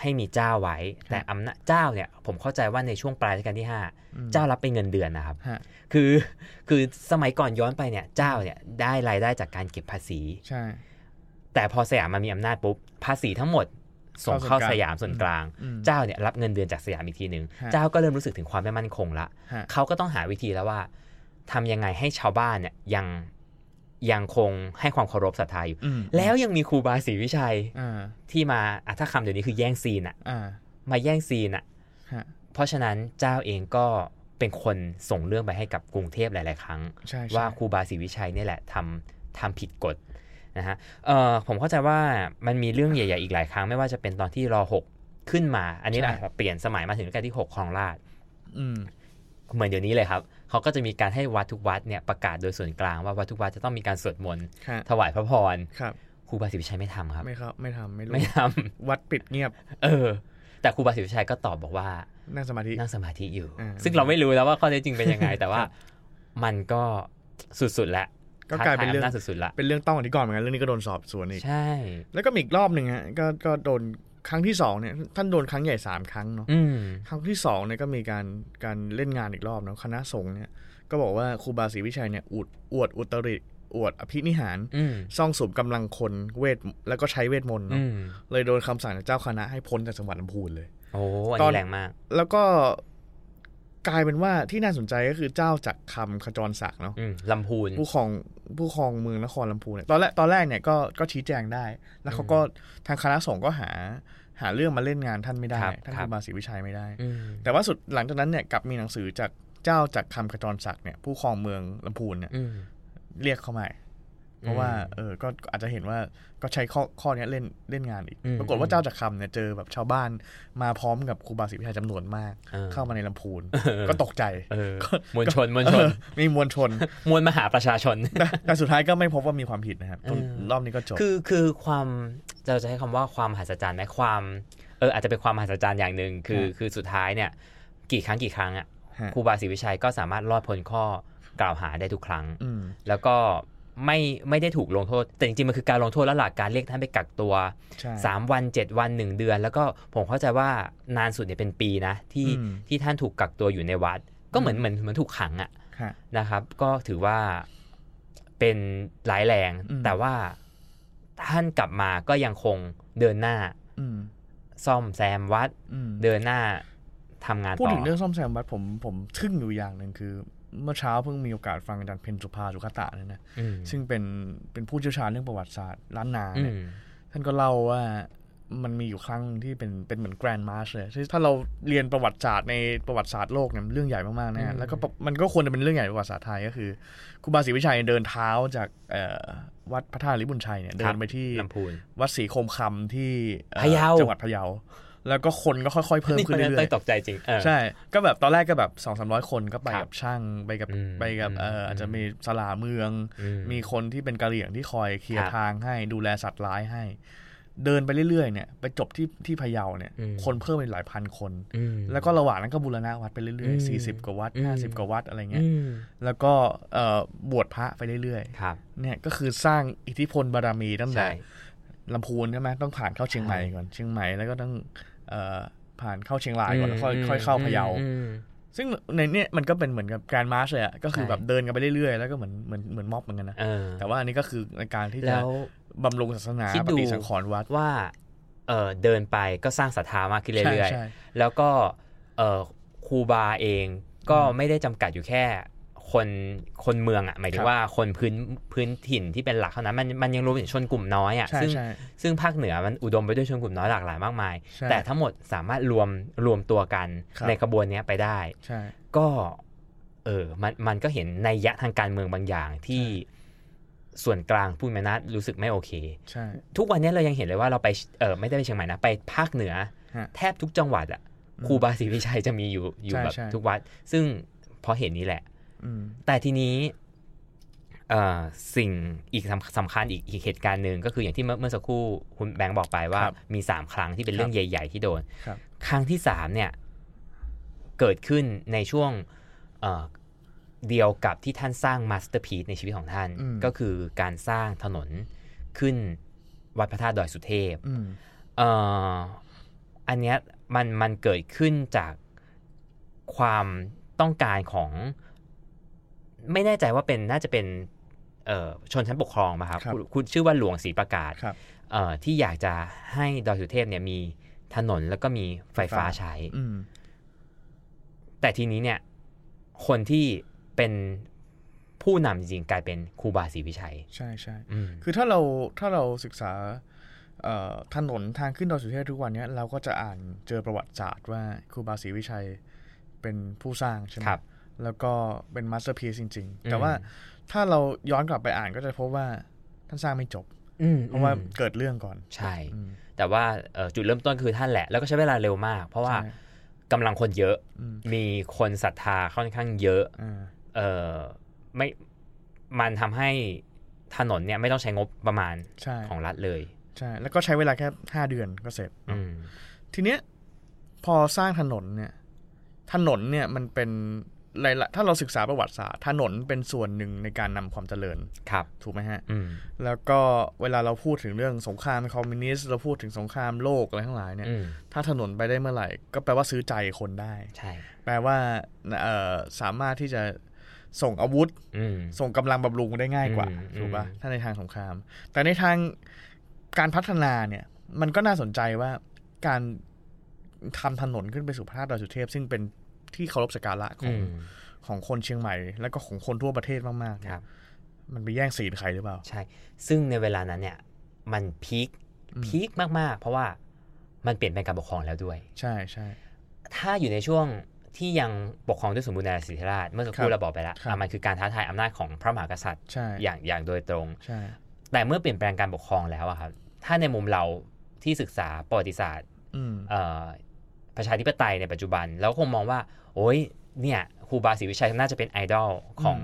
D: ให้มีเจ้าไว้
C: ครับ
D: แต่อำนาจเจ้าเนี่ยผมเข้าใจว่าในช่วงปลายรัชกาลที่
C: อืม
D: 5 เจ้ารับเป็นเงินเดือนนะครับ
C: ฮะ
D: คือคือสมัยก่อนย้อนไปเนี่ยเจ้าเนี่ยได้รายได้จากการเก็บภาษี
C: ใช่
D: แต่พอสยามมามีอำนาจปุ๊บภาษีทั้งหมดส่งเข้าสยามส่วนกลาง
C: อืม
D: เจ้าเนี่ยรับเงินเดือนจากสยามอีกทีหนึ่ง
C: ฮะ
D: เจ้าก็เริ่มรู้สึกถึงความไม่มั่นคงละ
C: ฮะ
D: เขาก็ต้องหาวิธีแล้วว่าทำยังไงให้ชาวบ้านเนี่ยยังยังคงให้ความเคารพศรัทธาอยู่
C: อืม
D: แล้วยังมีครูบาศรีวิชัย
C: อ่า
D: ที่มาอ่ะถ้าคำเดี๋ยวนี้คือแย่งซีนอะ
C: อ่า
D: มาแย่งซีนอะ
C: ฮะ
D: เพราะฉะนั้นเจ้าเองก็เป็นคนส่งเรื่องไปให้กับกรุงเทพหลาย ๆ ครั้ง
C: ใช่ใช่
D: ว่าครูบาศรีวิชัยเนี่ยแหละทำทำผิดกฎนะฮะเอ่อผมเข้าใจว่ามันมีเรื่องใหญ่ ๆ อีกหลายครั้ง ไม่ว่าจะเป็นตอนที่รอหกขึ้นมา อันนี้อาจจะเปลี่ยนสมัยมาถึงรัชกาลที่หกครองราช
C: อืม
D: เหมือนเดี๋ยวนี้เลยครับ เขาก็จะมีการให้วัดทุกวัดเนี่ยประกาศโดยส่วนกลางว่าวัดทุกวัดจะต้องมีการสวดมนต์
C: ฮะ
D: ถวายพระพร
C: ครับ
D: ครูบาศรีวิชัยไม่ทำครับ
C: ไม่ครับไม่ทำไม่รู้
D: ไม่ทำ
C: วัดปิดเงียบ
D: เออ แต่ครูบาศรีวิชัยก็ตอบบอกว่า
C: นั่งสมาธิ
D: นั่งสมาธิอยู่
C: อ่า
D: ซึ่งเราไม่รู้แล้วว่าข้อเท็จจริงเป็น ยังไง แต่ว่ามันก็สุดๆแล้ว
C: ก็กลายเป็นเรื่อง
D: ท้ทำหน้าสุดๆละ
C: เป็นเรื่องต้องอธิกรณ์เหมือนกันเรื่องนี้ก็โดนสอบสวนอีก
D: ใช่
C: แล้วก็มีอีกรอบหนึ่งฮะก็ก็โดน ครั้งที่สองเนี่ยท่านโดนครั้งใหญ่สามครั้งเนาะ
D: อืม
C: ครั้งที่สองเนี่ยก็มีการการเล่นงานอีกรอบเนาะคณะสงฆ์เนี่ยก็บอกว่าครูบาศรีวิชัยเนี่ยอวดอวดอุตริอวดอภินิหาร
D: อืม
C: ซ่องสุมกำลังคนเวทแล้วก็ใช้เวทมนต์
D: อื
C: เนาะ
D: ม
C: เลยโดนคำสั่งจากเจ้าคณะให้พ้นจากจังหวัดลำพูนเลย
D: โอ้อัน
C: ตอน
D: นี้แรงมาก
C: แล้วก็กลายเป็นว่าที่น่าสนใจก็คือเจ้าจักรคำขจรศักดิ์เนาะ
D: อืมลำพูน
C: ผู้ครองผู้ครองเมืองนครลำพูนเนี่ยตอนแรกตอนแรกเนี่ยก็ก็ชี้แจงได้ แล้วเขาก็ทางคณะสงฆ์ก็หาหาเรื่องมาเล่นงานท่านไม่ได้
D: ครับ
C: ท่าน
D: ค
C: ค
D: รั
C: รู
D: บ
C: บาศรีวิชัยไม่ได้
D: อืม
C: แต่ว่าสุดหลังจากนั้นเนี่ยกลับมีหนังสือจากเจ้าจากรคำขจรศักดิ์เนี่ยผู้ครองเมืองลำพูนเนี่ย
D: อืม
C: เรียกเขามาเพราะว่าเออก็ก็อาจจะเห็นว่าก็ใช้ข้อข้อเนี้ยเล่นเล่นงานอีก
D: อืม
C: ปรากฏว่าเจ้าจากรคำเนี่ยเจอแบบชาวบ้านมาพร้อมกับครูบาศรีวิชัยจำนวนมาก
D: เออ
C: เข้ามาในลำพูน ก็ตกใจ
D: เออ
C: ก็
D: มวลชนมวลช
C: เอน อมีมวลชน
D: มวลมหาประชาชน
C: แต่แต่สุดท้ายก็ไม่พบว่ามีความผิดนะครับจน
D: เออ
C: รอบนี้ก็จบ
D: คือคือความเราจะใช้คำว่าความมหัศจรรย์ไหมความเอออาจจะเป็นความมหัศจรรย์อย่างหนึ่งคือ
C: ฮะ
D: คือสุดท้ายเนี่ย กี่ครั้งกี่ครั้งอ่ะ
C: ฮะ
D: ครูบาศรีวิชัยก็สามารถรอดพ้นข้อกล่าวหาได้ทุกครั้ง
C: ม
D: แล้วก็ไม่ไม่ได้ถูกลงโทษ แต่จริงๆ มันคือการลงโทษแล้วหลักการเรียกท่านไปกักตัว
C: ใช่
D: 3 วัน 7 วัน 1 เดือน แล้วก็ผมเข้าใจว่านานสุดเนี่ยเป็นปีนะ ที่
C: อืม
D: ที่ท่านถูกกักตัวอยู่ในวัด ก็เหมือนเหมือนเหมือนถูกขังอ่ะ
C: ค่ะ
D: นะครับ ก็ถือว่าเป็นร้ายแรง
C: อืม
D: แต่ว่าท่านกลับมาก็ยังคงเดินหน้า
C: อืม
D: ซ่อมแซมวัด
C: อืม
D: เดินหน้าทำงานต่อ
C: พูดถึงเรื่องซ่อมแซมวัดผมผมทึ่งอยู่อย่างหนึ่งคือ เมื่อเช้าเพิ่งมีโอกาสฟังอาจารย์เพนสุภาสุขตะเนี่ยนะ
D: อืม
C: ซึ่งเป็นเป็นผู้เชี่ยวชาญเรื่องประวัติศาสตร์ล้านนา
D: อื
C: เนี่ย
D: ม
C: ท่านก็เล่าว่ามันมีอยู่ครั้งที่เป็นเป็นเหมือนแกรนด์มาร์ชเลยซึ่งถ้าเราเรียนประวัติศาสตร์ในประวัติศาสตร์โลกเนี่ยมันเรื่องใหญ่มากๆนะฮะแล้วก็ปะมันก็ควรจะเป็นเรื่องใหญ่ในประวัติศาสตร์ไทยก็คือครูบาศรีวิชัยเดินเท้าจากเอ่อวัดพระธาตุลิบุญชัยเนี่ยเดินไปที่
D: ลำพูน
C: วัดศรีโคมคำที่อ่อ
D: พะเยา
C: จังหวัดพะเยา แล้วก็คนก็ค่อยๆเพิ่มขึ้น
D: นี่
C: เรื่
D: ต
C: อยๆ
D: ตกใจจริงเออ
C: ใช่ ก็แบบตอนแรกก็แบบสองสามร้อยคนก็ไป
D: ครั
C: กับบ ช่างไปกับ
D: อืม
C: ไปกับเอออ
D: ม
C: อาจจะมีสลาเมือง
D: อื
C: มีคนที่เป็นกะเหรี่ยงที่คอยเคลีย
D: ค
C: ร์
D: รับ
C: ทางให้ดูแลสัตว์ร้ายให้ เดินไปเรื่อยๆเนี่ยไปจบที่ที่พะเยาเนี่ย
D: อืม
C: คนเพิ่มไปหลายพันคน
D: อืม
C: แล้วก็ระหว่างนั้นก็บูรณะวัดไปเรื่อย
D: อืม
C: ๆสี่สิบกว่าวัด
D: อืม
C: ห้าสิบกว่าวัดอะไรเงี้ย
D: อืม
C: แล้วก็เอ่อบวชพระไปเรื่อย
D: ครับ
C: ๆเนี่ยก็คือสร้างอิทธิพลบารมีตั้งแต่
D: ใช่
C: ลำพูนใช่ไหมต้องผ่านเข้าเชียงใหม่ก่อนเชียงใหม่แล้วก็ต้องเอ่อผ่านเข้าเชียงรายก่อนแล้วค่อย
D: ม
C: ค่อยเข้าพะเยา
D: อืม
C: ซึ่งในเนี้ยมันก็เป็นเหมือนกับการมาร์ชเลยอะก็คือ
D: ใช่
C: แบบเดินกันไปเรื่อยๆ แล้วก็เหมือนเหมือนเหมือนม็อบเหมือนกันนะ
D: เออ
C: แต่ว่าอันนี้ก็คือในการที่จะ
D: แล้ว
C: บำรุงศาสนา
D: คิด
C: ป
D: ดู
C: ฏิสังขรณ์วัด
D: ว่าเออเดินไปก็สร้างศรัทธามากขึ้น
C: ใช่
D: เรื่อย
C: ใช่
D: ๆ แล้วก็เออครูบาเองก็ไม่ได้จำกัดอยู่แค่คนคนเมืองอ่ะหมายถึงว่าคนพื้นพื้นถิ่นที่เป็นหลักเท่านั้นมันมันยังรวมถึงชนกลุ่มน้อยอ่ะ
C: ใช่
D: ซึ่ง
C: ใช่
D: ซึ่งภาคเหนือมันอุดมไปด้วยชนกลุ่มน้อยหลากหลายมากมาย
C: ใช่
D: แต่ทั้งหมดสามารถรวมรวมตัวกัน
C: ครับ
D: ในกระบวนเนี้ยไปได้
C: ใช่
D: ก็เออมันมันก็เห็นในยยะทางการเมืองบางอย่างที่ส่วนกลางผู้มีอำนาจรู้สึกไม่โอเค
C: ใช่
D: ทุกวันนี้เรายังเห็นเลยว่าเราไปเออไม่ได้ไปเชียงใหม่นะ ไปภาคเหนือ
C: ฮะ
D: แทบทุกจังหวัดอะ
C: อืม
D: ครูบาศรีวิชัยจะมีอยู่อยู่
C: ใช่
D: แบบ
C: ใช่
D: ทุกวัด ซึ่งเพราะเหตุนี้แหละ
C: อืม
D: แต่ทีนี้เอ่อสิ่งอีกสำสำคัญอีกอีกเหตุการณ์หนึ่งก็คืออย่างที่เมื่อเมื่อสักครู่คุณแบงค์บอกไปว่า
C: ครับ
D: มี 3 ครั้งที่เป็นเรื่องใหญ่ ๆ ที่โดน
C: ครับ
D: ครั้งที่ 3 เนี่ย เกิดขึ้นในช่วงเอ่อเดียวกับที่ท่านสร้างมาสเตอร์พี e ในชีวิตของท่าน
C: อืม
D: ก็คือการสร้างถนนขึ้นวัดพระธาตุดอยสุเทพ
C: อืม
D: เอ่ออันเนี้ยมันมันเกิดขึ้นจากความต้องการของ ไม่แน่ใจว่าเป็นน่าจะเป็นเอ่อชนชั้นปกครองมาครับ
C: ครับ
D: คุณคุณชื่อว่าหลวงศรีประกาศ
C: ครับ
D: เอ่อที่อยากจะให้ดอยสุเทพเนี่ยมีถนนแล้วก็มีไฟฟ้า
C: ไฟฟ้า
D: ใช้
C: อืม
D: แต่ทีนี้เนี่ยคนที่เป็นผู้นำจริงๆกลายเป็นครูบาศรีวิชัย
C: ใช่ใช่
D: อืม
C: คือถ้าเราถ้าเราศึกษาเอ่อถนนทางขึ้นดอยสุเทพทุกวันเนี้ยเราก็จะอ่านเจอประวัติศาสตร์ว่าครูบาศรีวิชัยเป็นผู้สร้างใช่ไหม
D: ครับ
C: แล้วก็เป็นมาสเตอร์พีซจริงๆ
D: อืม
C: แต่ว่าถ้าเราย้อนกลับไปอ่านก็จะพบว่าท่านสร้างไม่จบ
D: อืม
C: เพราะว่าเกิดเรื่องก่อน
D: ใช่
C: อืม
D: แต่ว่าเอ่อจุดเริ่มต้นคือท่านแหละ แล้วก็ใช้เวลาเร็วมาก เพราะว่า
C: ใช่
D: กำลังคนเยอะ
C: อืม
D: มีคนศรัทธาค่อนข้างเยอะ
C: อ่า
D: เออไม่ มันทำให้ถนนเนี่ยไม่ต้องใช้งบประมาณ
C: ใช่
D: ของรัฐเลย
C: ใช่ แล้วก็ใช้เวลาแค่ห้าเดือนก็เสร็จ
D: อืม
C: ทีเนี้ยพอสร้างถนนเนี่ย ถนนเนี่ยมันเป็น หลายๆถ้าเราศึกษาประวัติศาสตร์ถนนเป็นส่วนหนึ่งในการนำความเจริญ
D: ครับ
C: ถูกไหมฮะ
D: อืม
C: แล้วก็เวลาเราพูดถึงเรื่องสงครามคอมมิวนิสต์เราพูดถึงสงครามโลกอะไรทั้งหลายเนี่ย
D: อืม
C: ถ้าถนนไปได้เมื่อไหร่ ก็แปลว่าซื้อใจคนได้
D: ใช่
C: แปลว่าเอ่อสามารถที่จะส่งอาวุธ
D: อืม
C: ส่งกำลังบำรุงได้ง่ายกว่า
D: อืม
C: ถูกปะ
D: อืม
C: ถ้าในทางสงคราม แต่ในทางการพัฒนาเนี่ยมันก็น่าสนใจว่าการทำถนนขึ้นไปสู่พระธาตุดอยสุเทพ ซึ่งเป็นที่เคารพสักการะขอ
D: อื
C: ง
D: ม
C: ของคนเชียงใหม่ และก็ของคนทั่วประเทศมากๆเนี่
D: ค
C: ย
D: รับ
C: มันไปแย่งศีลใครหรือเปล่า
D: ใช่ ซึ่งในเวลานั้นเนี่ย มันพีค
C: อืม
D: พีคมาก ๆ เพราะว่ามันเปลี่ยนแปลงการปกครองแล้วด้วย
C: ใช่ใช่
D: ถ้าอยู่ในช่วงที่ยังปกครองด้วยสมบูรณาญาสิทธิราชเมื่อสักค
C: ค
D: รู่
C: รับ
D: เราบอกไปแล้ว
C: ครับ
D: อ่ะมันคือการท้าทายอำนาจของพระมหากษัตริย์
C: ใช่
D: อย่างอย่างโดยตรง
C: ใช่
D: แต่เมื่อเปลี่ยนแปลงการปกครองแล้วอะครับ ถ้าในมุมเราที่ศึกษาประวัติศาสตร์
C: อืม
D: เอ่อประชาธิปไตยในปัจจุบันเราก็คงมองว่า โอ้ยเนี่ยครูบาศรีวิชัยน่าจะเป็นไอดอลของ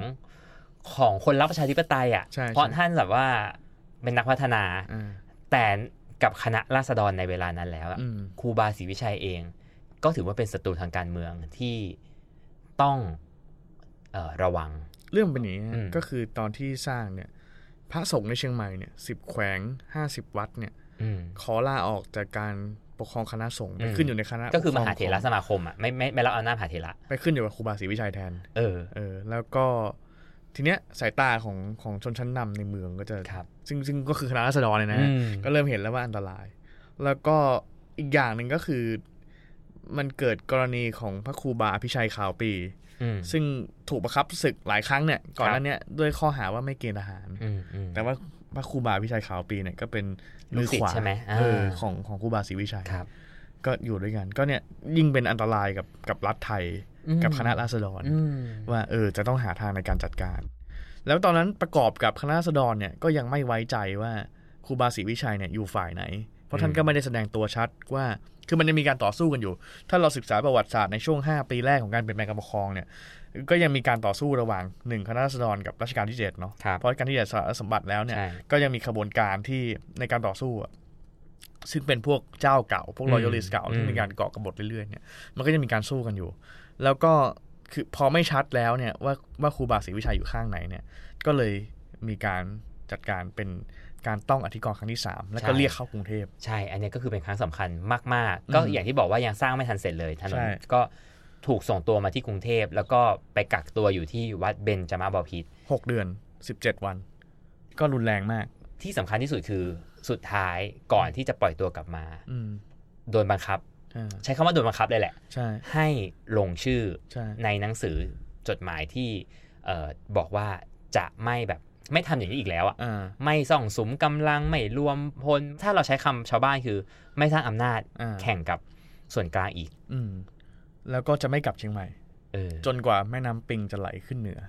D: ของคนรักประชาธิปไตยอ่ะ
C: ใช่ใช่
D: เพราะท่านแบบว่าเป็นนักพัฒนา
C: อ่า
D: แต่กับคณะราษฎรในเวลานั้นแล้วอะ
C: อืม
D: ครูบาศรีวิชัยเอง ก็ถือว่าเป็นศัตรูทางการเมืองที่ต้องเอ่อระวัง
C: เรื่องเป็นอย่างนี้ฮะ
D: อืม
C: ก็คือตอนที่สร้างเนี่ย พระสงฆ์ในเชียงใหม่เนี่ยสิบแขวงห้าสิบวัดเนี่ย
D: อืม
C: ขอลาออกจากการปกครองคณะสงฆ์
D: อื
C: ไป
D: ม
C: ขึ้นอยู่ในคณะ
D: ก็คือมหา
C: ปก
D: เถระ
C: ร
D: ส
C: ง
D: มาคมอ่ะไม่ไม่ไม่รับอำนาจมหาเถระ
C: ไปขึ้นอยู่กับครูบาศรีวิชัยแทน
D: เออ
C: เออ แล้วก็ทีเนี้ยสายตาของของชนชั้นนำในเมืองก็จะ
D: ครับ
C: ซึ่งซึ่งก็คือคณะราษฎรเลยนะฮะ
D: อืม
C: ก็เริ่มเห็นแล้วว่าอันตราย แล้วก็อีกอย่างหนึ่งก็คือ มันเกิดกรณีของพระครูบาอภิชัยขาวปี
D: อืม
C: ซึ่งถูกประคับศึกหลายครั้งเนี่ยก่อนหน้าเนี้ยด้วยข้อหาว่าไม่เกณฑ์ทหาร
D: อืมอืม
C: แต่ว่าพระครูบาพิชัยขาวปีเนี่ยก็เป็นมือ
D: ลูกศิษ
C: ข
D: ย์
C: วา
D: ใช่ไหมอ่า
C: เออของของครูบาศรีวิชัย
D: ครับ
C: ก็อยู่ด้วยกัน ก็เนี่ยยิ่งเป็นอันตรายกับกับรัฐไทย
D: อืม
C: กับคณะราษฎร
D: อืม
C: ว่าเออจะต้องหาทางในการจัดการ แล้วตอนนั้นประกอบกับคณะราษฎรเนี่ยก็ยังไม่ไว้ใจว่าครูบาศรีวิชัยเนี่ยอยู่ฝ่ายไหน เพราะท่านก็ไม่ได้แสดงตัวชัดว่า คือมันยังมีการต่อสู้กันอยู่ ถ้าเราศึกษาประวัติศาสตร์ในช่วง 5 ปีแรกของการเปลี่ยนแปลงการปกครองเนี่ย ก็ยังมีการต่อสู้ระหว่างหนึ่งคณะราษฎรกับรัชกาลที่เจ็ดเนาะ
D: ครับ
C: เพราะการที่จะสละสมบัติแล้วเนี่ย
D: ใช่
C: ก็ยังมีขบวนการที่ในการต่อสู้อะซึ่งเป็นพวกเจ้าเก่า พวก
D: อืม
C: รอยลิสเก่า
D: อืม
C: ที่มีการก่อกบฏเรื่อยๆเนี่ยมันก็จะมีการสู้กันอยู่ แล้วก็คือพอไม่ชัดแล้วเนี่ยว่าว่าครูบาศรีวิชัยอยู่ข้างไหนเนี่ย ก็เลยมีการจัดการเป็นการต้องอธิกรณ์ครั้งที่สามแล้วก็เรียกเข้ากรุงเทพ
D: ใช่ อันเนี้ยก็คือเป็นครั้งสำคัญมาก ๆ ก็
C: อืม
D: อย่างที่บอกว่ายังสร้างไม่ทันเสร็จเลยถนน
C: ใช่
D: ก็ถูกส่งตัวมาที่กรุงเทพ แล้วก็ไปกักตัวอยู่ที่วัดเบญจมาบพิตร
C: หกเดือนสิบเจ็ดวัน ก็รุนแรงมาก
D: ที่สำคัญที่สุดคือสุดท้ายก่อนที่จะปล่อยตัวกลับมา
C: อืม
D: โดนบังคับ
C: อ่า
D: ใช้คำว่าโดนบังคับเลยแหละ
C: ใช่
D: ให้ลงชื่อ
C: ใช่
D: ในหนังสือจดหมายที่เอ่อบอกว่าจะไม่แบบไม่ทำอย่างนี้อีกแล้วอ่ะ
C: อ่า
D: ไม่ส่องสุมกำลังไม่รวมพล ถ้าเราใช้คำชาวบ้านคือ ไม่สร้างอำนาจ
C: อ่า
D: แข่งกับส่วนกลางอีก
C: อืมแล้วก็จะไม่กลับเชียงใหม่
D: เออ
C: จนกว่าแม่น้ำปิงจะไหลขึ้นเหนือ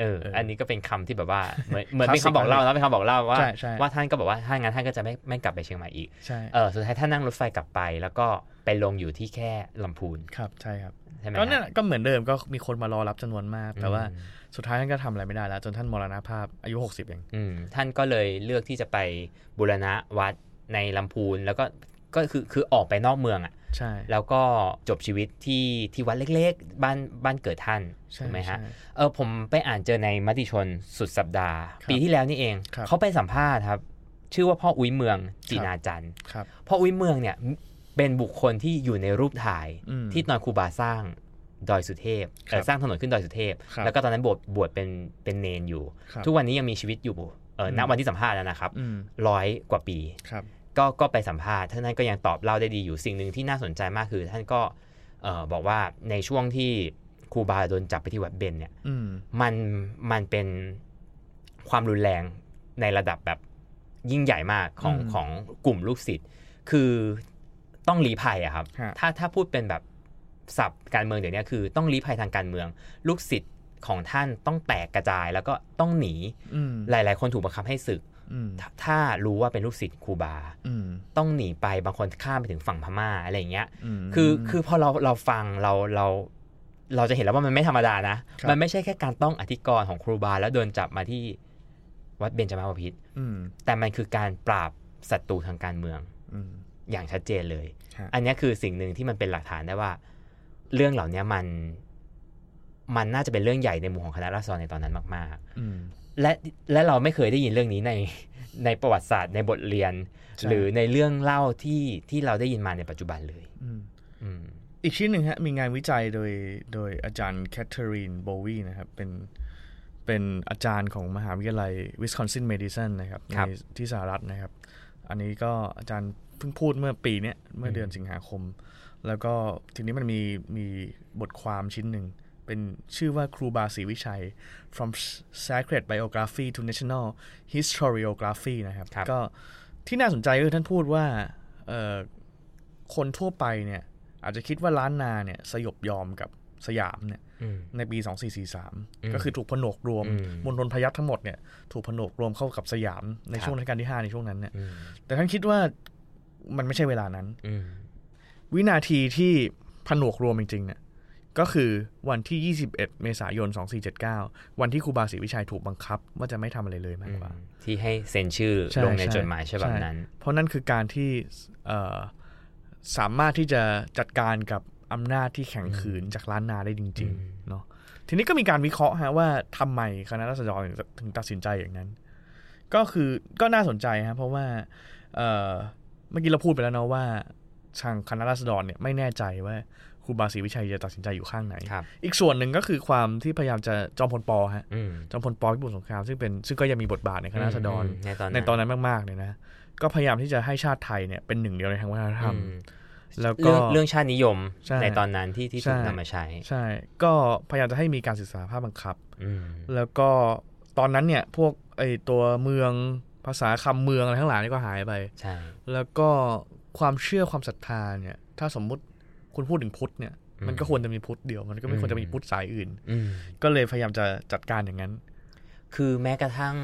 D: เออ
C: เอออั
D: อันนี้ก็เป็นคำที่แบบว่า เหมื อนเหมือน
C: Classic
D: เป็นคำบอกเล่านะเป็นคำบอกเล่าว่า
C: ใช่ใช่
D: ว่าท่านก็บอกว่าถ้างั้นท่านก็จะไม่ไม่กลับไปเชียงใหม่อีก
C: ใช่
D: เออสุดท้ายท่านนั่งรถไฟกลับไป แล้วก็ไปลงอยู่ที่แค่ลำพูน
C: ครับใช่ครับ
D: ใช่ไหม
C: ก็เนี่ย
D: ฮะ
C: ก็เหมือนเดิมก็มีคนมารอรับจำนวนมาก แต่ว่า
D: อืม
C: สุดท้ายท่านก็ทำอะไรไม่ได้แล้ว จนท่านมรณภาพอายุ 60 เอง
D: อืมท่านก็เลยเลือกที่จะไปบูรณะวัดในลำพูนแล้วก็ก็คือคือออกไปนอกเมืองอ่ะ
C: ใช่
D: แล้วก็จบชีวิตที่ที่วัดเล็กๆ บ้านบ้านเกิดท่าน
C: ใช่
D: ถูกไหมฮะ
C: ใช่
D: เออผมไปอ่านเจอในมติชนสุดสัปดาห์
C: ครับ
D: ปีที่แล้วนี่เอง
C: ครับ
D: เขาไปสัมภาษณ์ครับ ชื่อว่าพ่ออุ้ยเมืองจี
C: ครับ
D: นาจันทร์
C: ครับ
D: พ่ออุ้ยเมืองเนี่ยเป็นบุคคลที่อยู่ในรูปถ่าย
C: อืม
D: ที่นอยครูบาสร้างดอยสุเทพเอ่
C: ค
D: อ
C: รับ
D: สร้างถนนขึ้นดอยสุเทพ
C: ครับ
D: แล้วก็ตอนนั้นบวชบวชเป็นเป็นเนนอยู่
C: ครับ
D: ทุกวันนี้ยังมีชีวิตอยู่เอออ
C: ม
D: ณวันที่สัมภาษณ์แล้วนะครับ
C: อืม
D: ร้อยกว่าปี
C: ครับ
D: ก็ก็ไปสัมภาษณ์ท่านนั้นก็ยังตอบเล่าได้ดีอยู่สิ่งหนึ่งที่น่าสนใจมากคือ ท่านก็เอ่อบอกว่าในช่วงที่ครูบาโดนจับไปที่วัดเบนเนี่ย
C: อืม
D: มันมันเป็นความรุนแรงในระดับแบบยิ่งใหญ่มากของของกลุ่มลูกศิษย์คือต้องรีภัยอะครับ
C: ฮะ
D: ถ้าถ้าพูดเป็นแบบศัพท์การเมืองเดี๋ยวนี้คือต้องรีภัยทางการเมือง ลูกศิษย์ของท่านต้องแตกกระจายแล้วก็ต้องหนี
C: อืม
D: หลาย ๆ คนถูกบังคับให้ศึก
C: อืม
D: ถ้าถ้ารู้ว่าเป็นลูกศิษย์ครูบา
C: อืม
D: ต้องหนีไปบางคนข้ามไปถึงฝั่งพม่าอะไรอย่างเงี้ย
C: อืม
D: คือคือพอเราเราฟังเราเราเราจะเห็นแล้วว่ามันไม่ธรรมดานะ
C: ครับ
D: มันไม่ใช่แค่การต้องอธิกรณ์ของครูบาแล้วโดนจับมาที่วัดเบญจมาบพิตร
C: ม
D: แต่มันคือการปราบศัตรูทางการเมือง
C: อืม
D: อย่างชัดเจนเลย
C: ฮะ
D: อันเนี้ยคือสิ่งหนึ่งที่มันเป็นหลักฐานได้ว่า เรื่องเหล่าเนี้ยมัน มันน่าจะเป็นเรื่องใหญ่ในหมู่ของคณะราษฎรในตอนนั้นมาก
C: อืม
D: ๆ และและเราไม่เคยได้ยินเรื่องนี้ในในประวัติศาสตร์ในบทเรียน
C: ใช่
D: หรือในเรื่องเล่าที่ที่เราได้ยินมาในปัจจุบันเลย
C: อืม
D: อืม
C: อีกชิ้นหนึ่งฮะมีงานวิจัยโดยโดยอาจารย์แคทเธอรีนโบวีนะครับเป็นเป็นอาจารย์ของมหาวิทยาลัยวิสคอนซินเมดิซันนะครับ
D: ครับ
C: ในที่สหรัฐนะครับ อันนี้ก็อาจารย์เพิ่งพูดเมื่อปีเนี้ยเมื่อเดือนสิงหาคม แล้วก็ทีนี้มันมีมีบทความชิ้นหนึ่ง เป็นชื่อว่าครูบาศรีวิชัย from sacred biography to national historiography นะครับ
D: ครับ
C: ก็ที่น่าสนใจก็คือท่านพูดว่าเอ่อ คนทั่วไปเนี่ยอาจจะคิดว่าล้านนาเนี่ยสยบยอมกับสยามเนี่ย
D: อืม
C: ในปี
D: อืม
C: 2443 ก็คือถูกผนวกรวม
D: อืม
C: มณฑลพยัพทั้งหมดเนี่ยถูกผนวกรวมเข้ากับสยามในช่วงรัชกาลที่ 5 ในช่วงนั้นเนี่ย
D: อืม
C: แต่ท่านคิดว่ามันไม่ใช่เวลานั้น
D: อืม
C: วินาทีที่ผนวกรวมจริงๆเนี่ยก็คือวันที่ 21 เมษายน 2479 วันที่ครูบาศรีวิชัยถูกบังคับ ว่าจะไม่ทำอะไรเลยมากกว่า
D: ที่ให้เซ็นชื่อ
C: ช่
D: ลงใน
C: ช่
D: จดหมายฉบับ
C: ใช่
D: นั้น
C: เพราะนั่นคือการที่เอ่อสามารถที่จะจัดการกับอำนาจที่แข็งขืนจากล้านนาได้จริง
D: อืม
C: ๆเนาะทีนี้ก็มีการวิเคราะห์ฮะว่าทำไมคณะรัษฎรถึงถึงตัดสินใจอย่างนั้น ก็คือก็น่าสนใจฮะเพราะว่าเอ่อเมื่อกี้เราพูดไปแล้วเนาะว่าทางคณะราษฎรเนี่ยไม่แน่ใจว่าครูบาศรีวิชัยจะตัดสินใจอยู่ข้างไหน
D: ครับ
C: อีกส่วนหนึ่งก็คือความที่พยายามจะจอมพลปอฮะ
D: อืม
C: จอมพลปอพิบูลสงครามซึ่งเป็นซึ่งก็ยังมีบทบาทในคณะราษฎร
D: อืมในตอน
C: ในตอนนั้นมากๆเลยนะ ก็พยายามที่จะให้ชาติไทยเนี่ยเป็นหนึ่งเดียวในทางวัฒนธรรม
D: อืม
C: แล้วก็
D: เรื่องเรื่องชาตินิยม
C: ใช่
D: ในตอนนั้นที่ที่ถูก
C: ใช่
D: นำมาใช้
C: ใช่ ก็พยายามจะให้มีการศึกษาภาพบังคับ
D: อืม
C: แล้วก็ตอนนั้นเนี่ยพวกไอตัวเมืองภาษาคำเมืองอะไรทั้งหลายนี่ก็หายไป
D: ใช่
C: แล้วก็ความเชื่อความศรัทธาเนี่ย ถ้าสมมุติคุณพูดถึงพุทธเนี่ย มันก็ควรจะมีพุทธเดียว มันก็ไม่ควรจะมีพุทธสายอื่น
D: อืม
C: ก็เลยพยายามจะจัดการอย่างนั้น
D: คือแม้กระทั่ง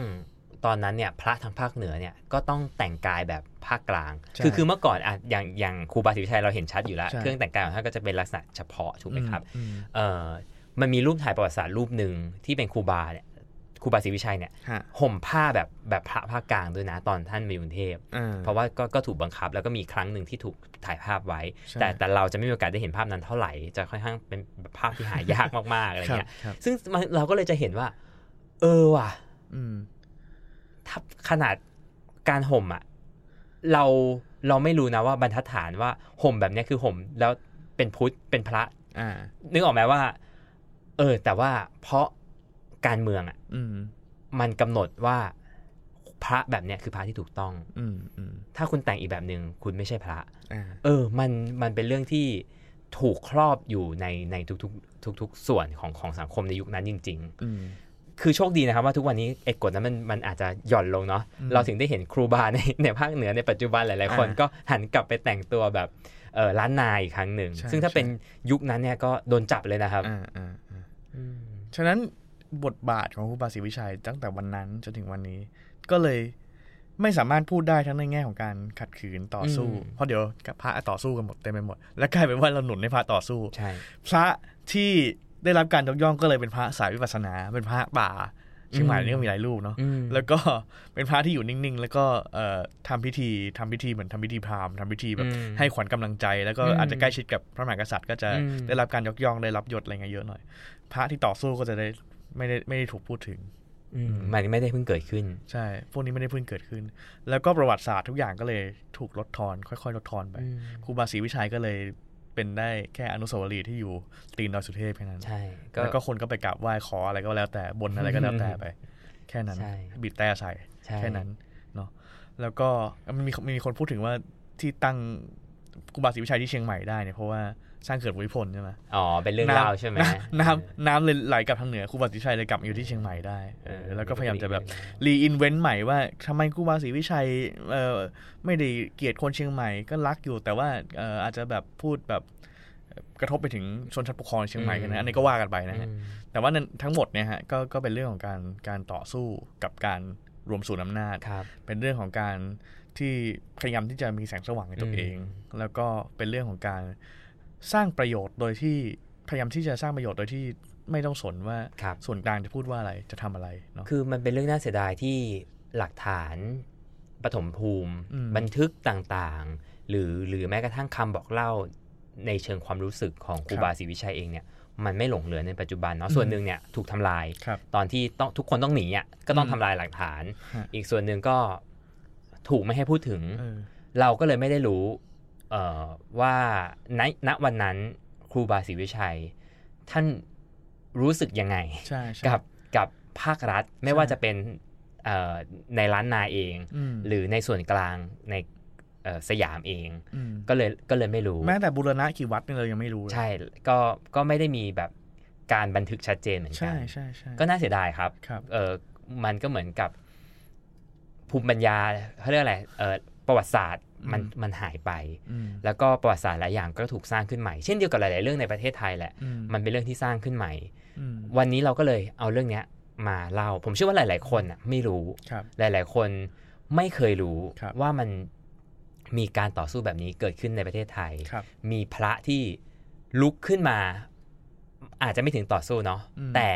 D: ตอนนั้นเนี่ยพระทางภาคเหนือเนี่ยก็ต้องแต่งกายแบบภาคกลาง
C: ใช่
D: คือคือเมื่อก่อนอะอย่างอย่างครูบาศรีวิชัยเราเห็นชัดอยู่แล้ว
C: ใช่
D: เครื่องแต่งกายของท่านก็จะเป็นลักษณะเฉพาะถูกไหมครับ
C: อืม
D: เอ่อมันมีรูปถ่ายประวัติศาสตร์รูปหนึ่งที่เป็นครูบาเนี่ยครูบาศรีวิชัยเนี่ย
C: ฮะ
D: ห่มผ้าแบบแบบพระภาคกลางด้วยนะตอนท่านมาอยู่กรุงเทพ
C: อ่
D: เพราะว่าก็ก็ถูกบังคับแล้วก็มีครั้งหนึ่งที่ถูกถ่ายภาพไว้
C: ใช่
D: แต่แต่เราจะไม่มีโอกาสได้เห็นภาพนั้นเท่าไหร่ จะค่อนข้างเป็นภาพที่หายากมากๆอะไร
C: ครับ
D: เงี้ย
C: ครับ
D: ซึ่งมันเราก็เลยจะเห็นว่า เออว่ะ
C: อืม
D: ถ้าขนาดการห่มอะเราเราไม่รู้นะว่าบรรทัดฐานว่าห่มแบบเนี้ยคือห่มแล้วเป็นพุทธเป็นพระ
C: อ่า
D: นึกออกไหมว่า เออ แต่ว่าเพราะการเมืองอะ
C: อืม
D: มันกำหนดว่าพระแบบเนี้ยคือพระที่ถูกต้อง
C: อืมอืม
D: ถ้าคุณแต่งอีกแบบหนึ่งคุณไม่ใช่พระ
C: อ่า
D: เออ มันมันเป็นเรื่องที่ถูกครอบอยู่ในในทุกๆ ทุกๆ ส่วนของของสังคมในยุคนั้นจริง ๆ
C: อืม
D: คือโชคดีนะครับว่าทุกวันนี้ไอ้กฎนั้นมันมันอาจจะหย่อนลงเนาะ
C: อืม
D: เราถึงได้เห็นครูบาในในภาคเหนือในปัจจุบันหลายๆ คน
C: อ่า
D: ก็หันกลับไปแต่งตัวแบบเออล้านนายอีกครั้งหนึ่ง
C: ใช่
D: ซึ่งถ้า
C: ใช่
D: เป็นยุคนั้นเนี่ยก็โดนจับเลยนะครับ
C: อ่าอ่าอ่า
D: อืม
C: ฉะนั้นบทบาทของครูบาศรีวิชัยตั้งแต่วันนั้นจนถึงวันนี้ ก็เลยไม่สามารถพูดได้ทั้งในแง่ของการขัดขืนต่อสู้ เพราะเดี๋ยวกับพระต่อสู้กันหมดเต็มไปหมด และกลายเป็นว่าเราหนุนให้พระต่อสู้
D: ใช่
C: พระที่ได้รับการยกย่องก็เลยเป็นพระสายวิปัสสนา เป็นพระป่าเชียงใหม่นี่ก็มีหลายรูปเนาะ
D: อืม
C: แล้วก็เป็นพระที่อยู่นิ่งๆ แล้วก็เอ่อทำพิธีทำพิธีเหมือนทำพิธีพราหมณ์ทำพิธีแบบ
D: อืม
C: ให้ขวัญกำลังใจแล้วก็
D: อืม
C: อาจจะใกล้ชิดกับพระมหากษัตริย์ก็จะ
D: อืม
C: ได้รับการยกย่องได้รับยศอะไรเงี้ยเยอะหน่อย พระที่ต่อสู้ก็จะได้ไม่ได้ไม่ได้ถูกพูดถึง
D: อืมมันไม่ได้เพิ่งเกิดขึ้น
C: ใช่ พวกนี้ไม่ได้เพิ่งเกิดขึ้น แล้วก็ประวัติศาสตร์ทุกอย่างก็เลยถูกลดทอน ค่อยๆ ลดทอนไป
D: อืม
C: ครูบาศรีวิชัยก็เลยเป็นได้แค่อนุสาวรีย์ที่อยู่ตีนดอยสุเทพแค่นั้น
D: ใช่ก็
C: แล้วก็คนก็ไปกราบไหว้ขออะไรก็แล้วแต่บนอะไรก็แล้วแต่ไป แค่นั้น
D: ใช่
C: บีบแต่ใส่
D: ใช่
C: แค่นั้นเนาะแล้วก็มันมีมีคนพูดถึงว่าที่ตั้งครูบาศรีวิชัยที่เชียงใหม่ได้เนี่ยเพราะว่าสร้างเขื่อนภูมิพลใช่ไหม
D: อ๋อ เป็นเรื่อง
C: น้ำ
D: เล่าใช่ไหม
C: น้ำน้ำน้ำเลยไหลกลับทางเหนือครูบาศรีวิชัยเลยกลับมาอยู่ที่เชียงใหม่ได้เออแล้วก็พยายามจะแบบรีอินเวนต์ใหม่ว่าทำไมครูบาศรีวิชัยเอ่อไม่ได้เกลียดคนเชียงใหม่ก็รักอยู่แต่ว่าเอ่ออาจจะแบบพูดแบบกระทบไปถึงชนชั้นปกครองในเชียงใหม่กันนะอันนี้ก็ว่ากันไป
D: อื
C: นะฮะ
D: ม
C: แต่ว่านั้นทั้งหมดเนี่ยฮะก็ก็เป็นเรื่องของการการต่อสู้กับการรวมศูนย์อำนาจ
D: ครับ
C: เป็นเรื่องของการที่พยายามที่จะมีแสงสว่างในตัว
D: อืม
C: เอง แล้วก็เป็นเรื่องของการสร้างประโยชน์โดยที่พยายามที่จะสร้างประโยชน์โดยที่ไม่ต้องสนว่า
D: ครับ
C: ส่วนกลางจะพูดว่าอะไรจะทำอะไรเนาะ
D: คือมันเป็นเรื่องน่าเสียดายที่หลักฐานปฐมภูมิ
C: อืม
D: บันทึกต่างๆ หรือหรือแม้กระทั่งคำบอกเล่าในเชิงความรู้สึกของครู
C: ครับ
D: บาศรีวิชัยเองเนี่ย มันไม่หลงเหลือในปัจจุบันเนาะส่วนหนึ่งเนี่ยถูกทำลาย
C: ครับ
D: ตอนที่ต้องทุกคนต้องหนีอ่ะก็ต้อง
C: อืม
D: ทำลายหลักฐาน
C: ฮะ
D: อีกส่วนหนึ่งก็ถูกไม่ให้พูดถึง
C: เออ
D: เราก็เลยไม่ได้รู้เอ่อว่าณณวันนั้นครูบาศรีวิชัย ท่านรู้สึกยังไง
C: ใช่ใช่
D: กับกับภาครัฐไม่
C: ใช่
D: ว่าจะเป็นเอ่อในร้านนาเอง
C: อืม
D: หรือในส่วนกลางในเอ่อสยามเอง
C: ม
D: ก็เลยก็เลยไม่รู้
C: แม้แต่บูรณะกี่วัดเนี่ยเรายังไม่รู้เลย
D: ใช่ก็ก็ไม่ได้มีแบบการบันทึกชัดเจนเหมือนกั
C: ใช่
D: น
C: ใช่ใช่
D: ก็น่าเสียดายครับ
C: ครับ
D: เออมันก็เหมือนกับภูมิปัญญาเขาเรียกอะไรเออประวัติศาสตร์มัน
C: อืม
D: มันหายไป
C: อืม
D: แล้วก็ประวัติศาสตร์หลายอย่างก็ถูกสร้างขึ้นใหม่ เช่นเดียวกับหลาย ๆ เรื่องในประเทศไทยแหละ
C: อื
D: มันเป็นเรื่องที่สร้างขึ้นใหม่
C: อืม
D: วันนี้เราก็เลยเอาเรื่องเนี้ยมาเล่า ผมเชื่อว่าหลาย ๆ คนน่ะไม่รู้
C: ครับ
D: หลาย ๆ คนไม่เคยรู้
C: ครับ
D: ว่ามันมีการต่อสู้แบบนี้เกิดขึ้นในประเทศไทย
C: ครับ
D: มีพระที่ลุกขึ้นมา อาจจะไม่ถึงต่อสู้เนาะ
C: อืม
D: แต่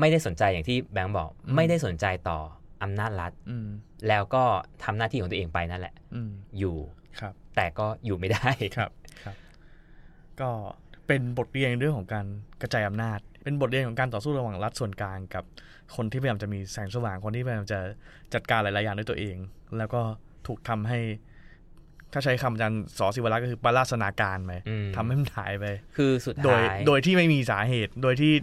D: ไม่ได้สนใจอย่างที่แบงค์บอก
C: อืม
D: ไม่ได้สนใจต่ออำนาจรัฐ
C: อืม
D: แล้วก็ทำหน้าที่ของตัวเองไปนั่นแหละ
C: อืม
D: อยู่
C: ครับ
D: แต่ก็อยู่ไม่ได้
C: ครับครับ ก็เป็นบทเรียนเรื่องของการกระจายอำนาจ เป็นบทเรียนของการต่อสู้ระหว่างรัฐส่วนกลางกับคนที่พยายามจะมีแสงสว่างคนที่พยายามจะจัดการหลาย ๆ อย่างด้วยตัวเอง แล้วก็ถูกทำให้ ถ้าใช้คำอาจารย์สอศิวรักษ์ก็คือปราศนาการไป
D: อืม
C: ทำให้มันหายไป
D: คือสุด
C: โดย
D: ท้าย
C: โดยที่ไม่มีสาเหตุโดยที่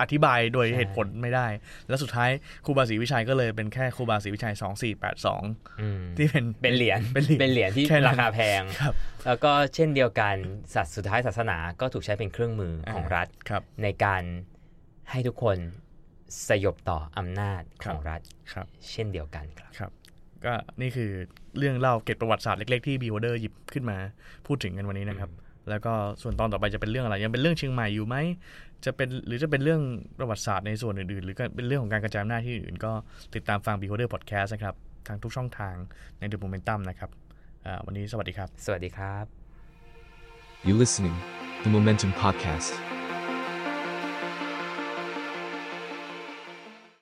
C: อธิบายโดย
D: ใช่
C: เหตุผลไม่ได้ แล้วสุดท้ายครูบาศรีวิชัยก็เลยเป็นแค่ครูบาศรีวิชัยสองสี่แปดสอง
D: อืม
C: ที่เป็น
D: เป็นเหรียญ
C: เป็นเหรียญ
D: ที่
C: แค่นั้น
D: ราคาแพง
C: ครับ
D: แล้วก็เช่นเดียวกันศาสสุดท้ายศาสนาก็ถูกใช้เป็นเครื่องมือของ
C: อ่ารั
D: รัฐ
C: ครับ
D: ในการให้ทุกคนสยบต่ออำนาจ
C: ค
D: ข
C: รับ
D: องรัฐ
C: ครับ
D: เช่นเดียวกันครับ
C: ครับ ก็นี่คือเรื่องเล่าเกร็ดประวัติศาสตร์เล็กๆที่บีโฮเดอร์หยิบขึ้นมาพูดถึงกันวันนี้นะครับ แล้วก็ส่วนตอนต่อไปจะเป็นเรื่องอะไร ยังเป็นเรื่องเชียงใหม่อยู่ไหมจะเป็นหรือจะเป็นเรื่องประวัติศาสตร์ในส่วนอื่นๆ หรือก็เป็นเรื่องของการกระจายอำนาจที่อื่นๆก็ติดตามฟัง Beholder Podcast นะครับทางทุกช่องทางใน The Momentum นะครับอ่าวันนี้สวัสดีครับ
D: สวัสดีครับ
A: You listening, The Momentum Podcast.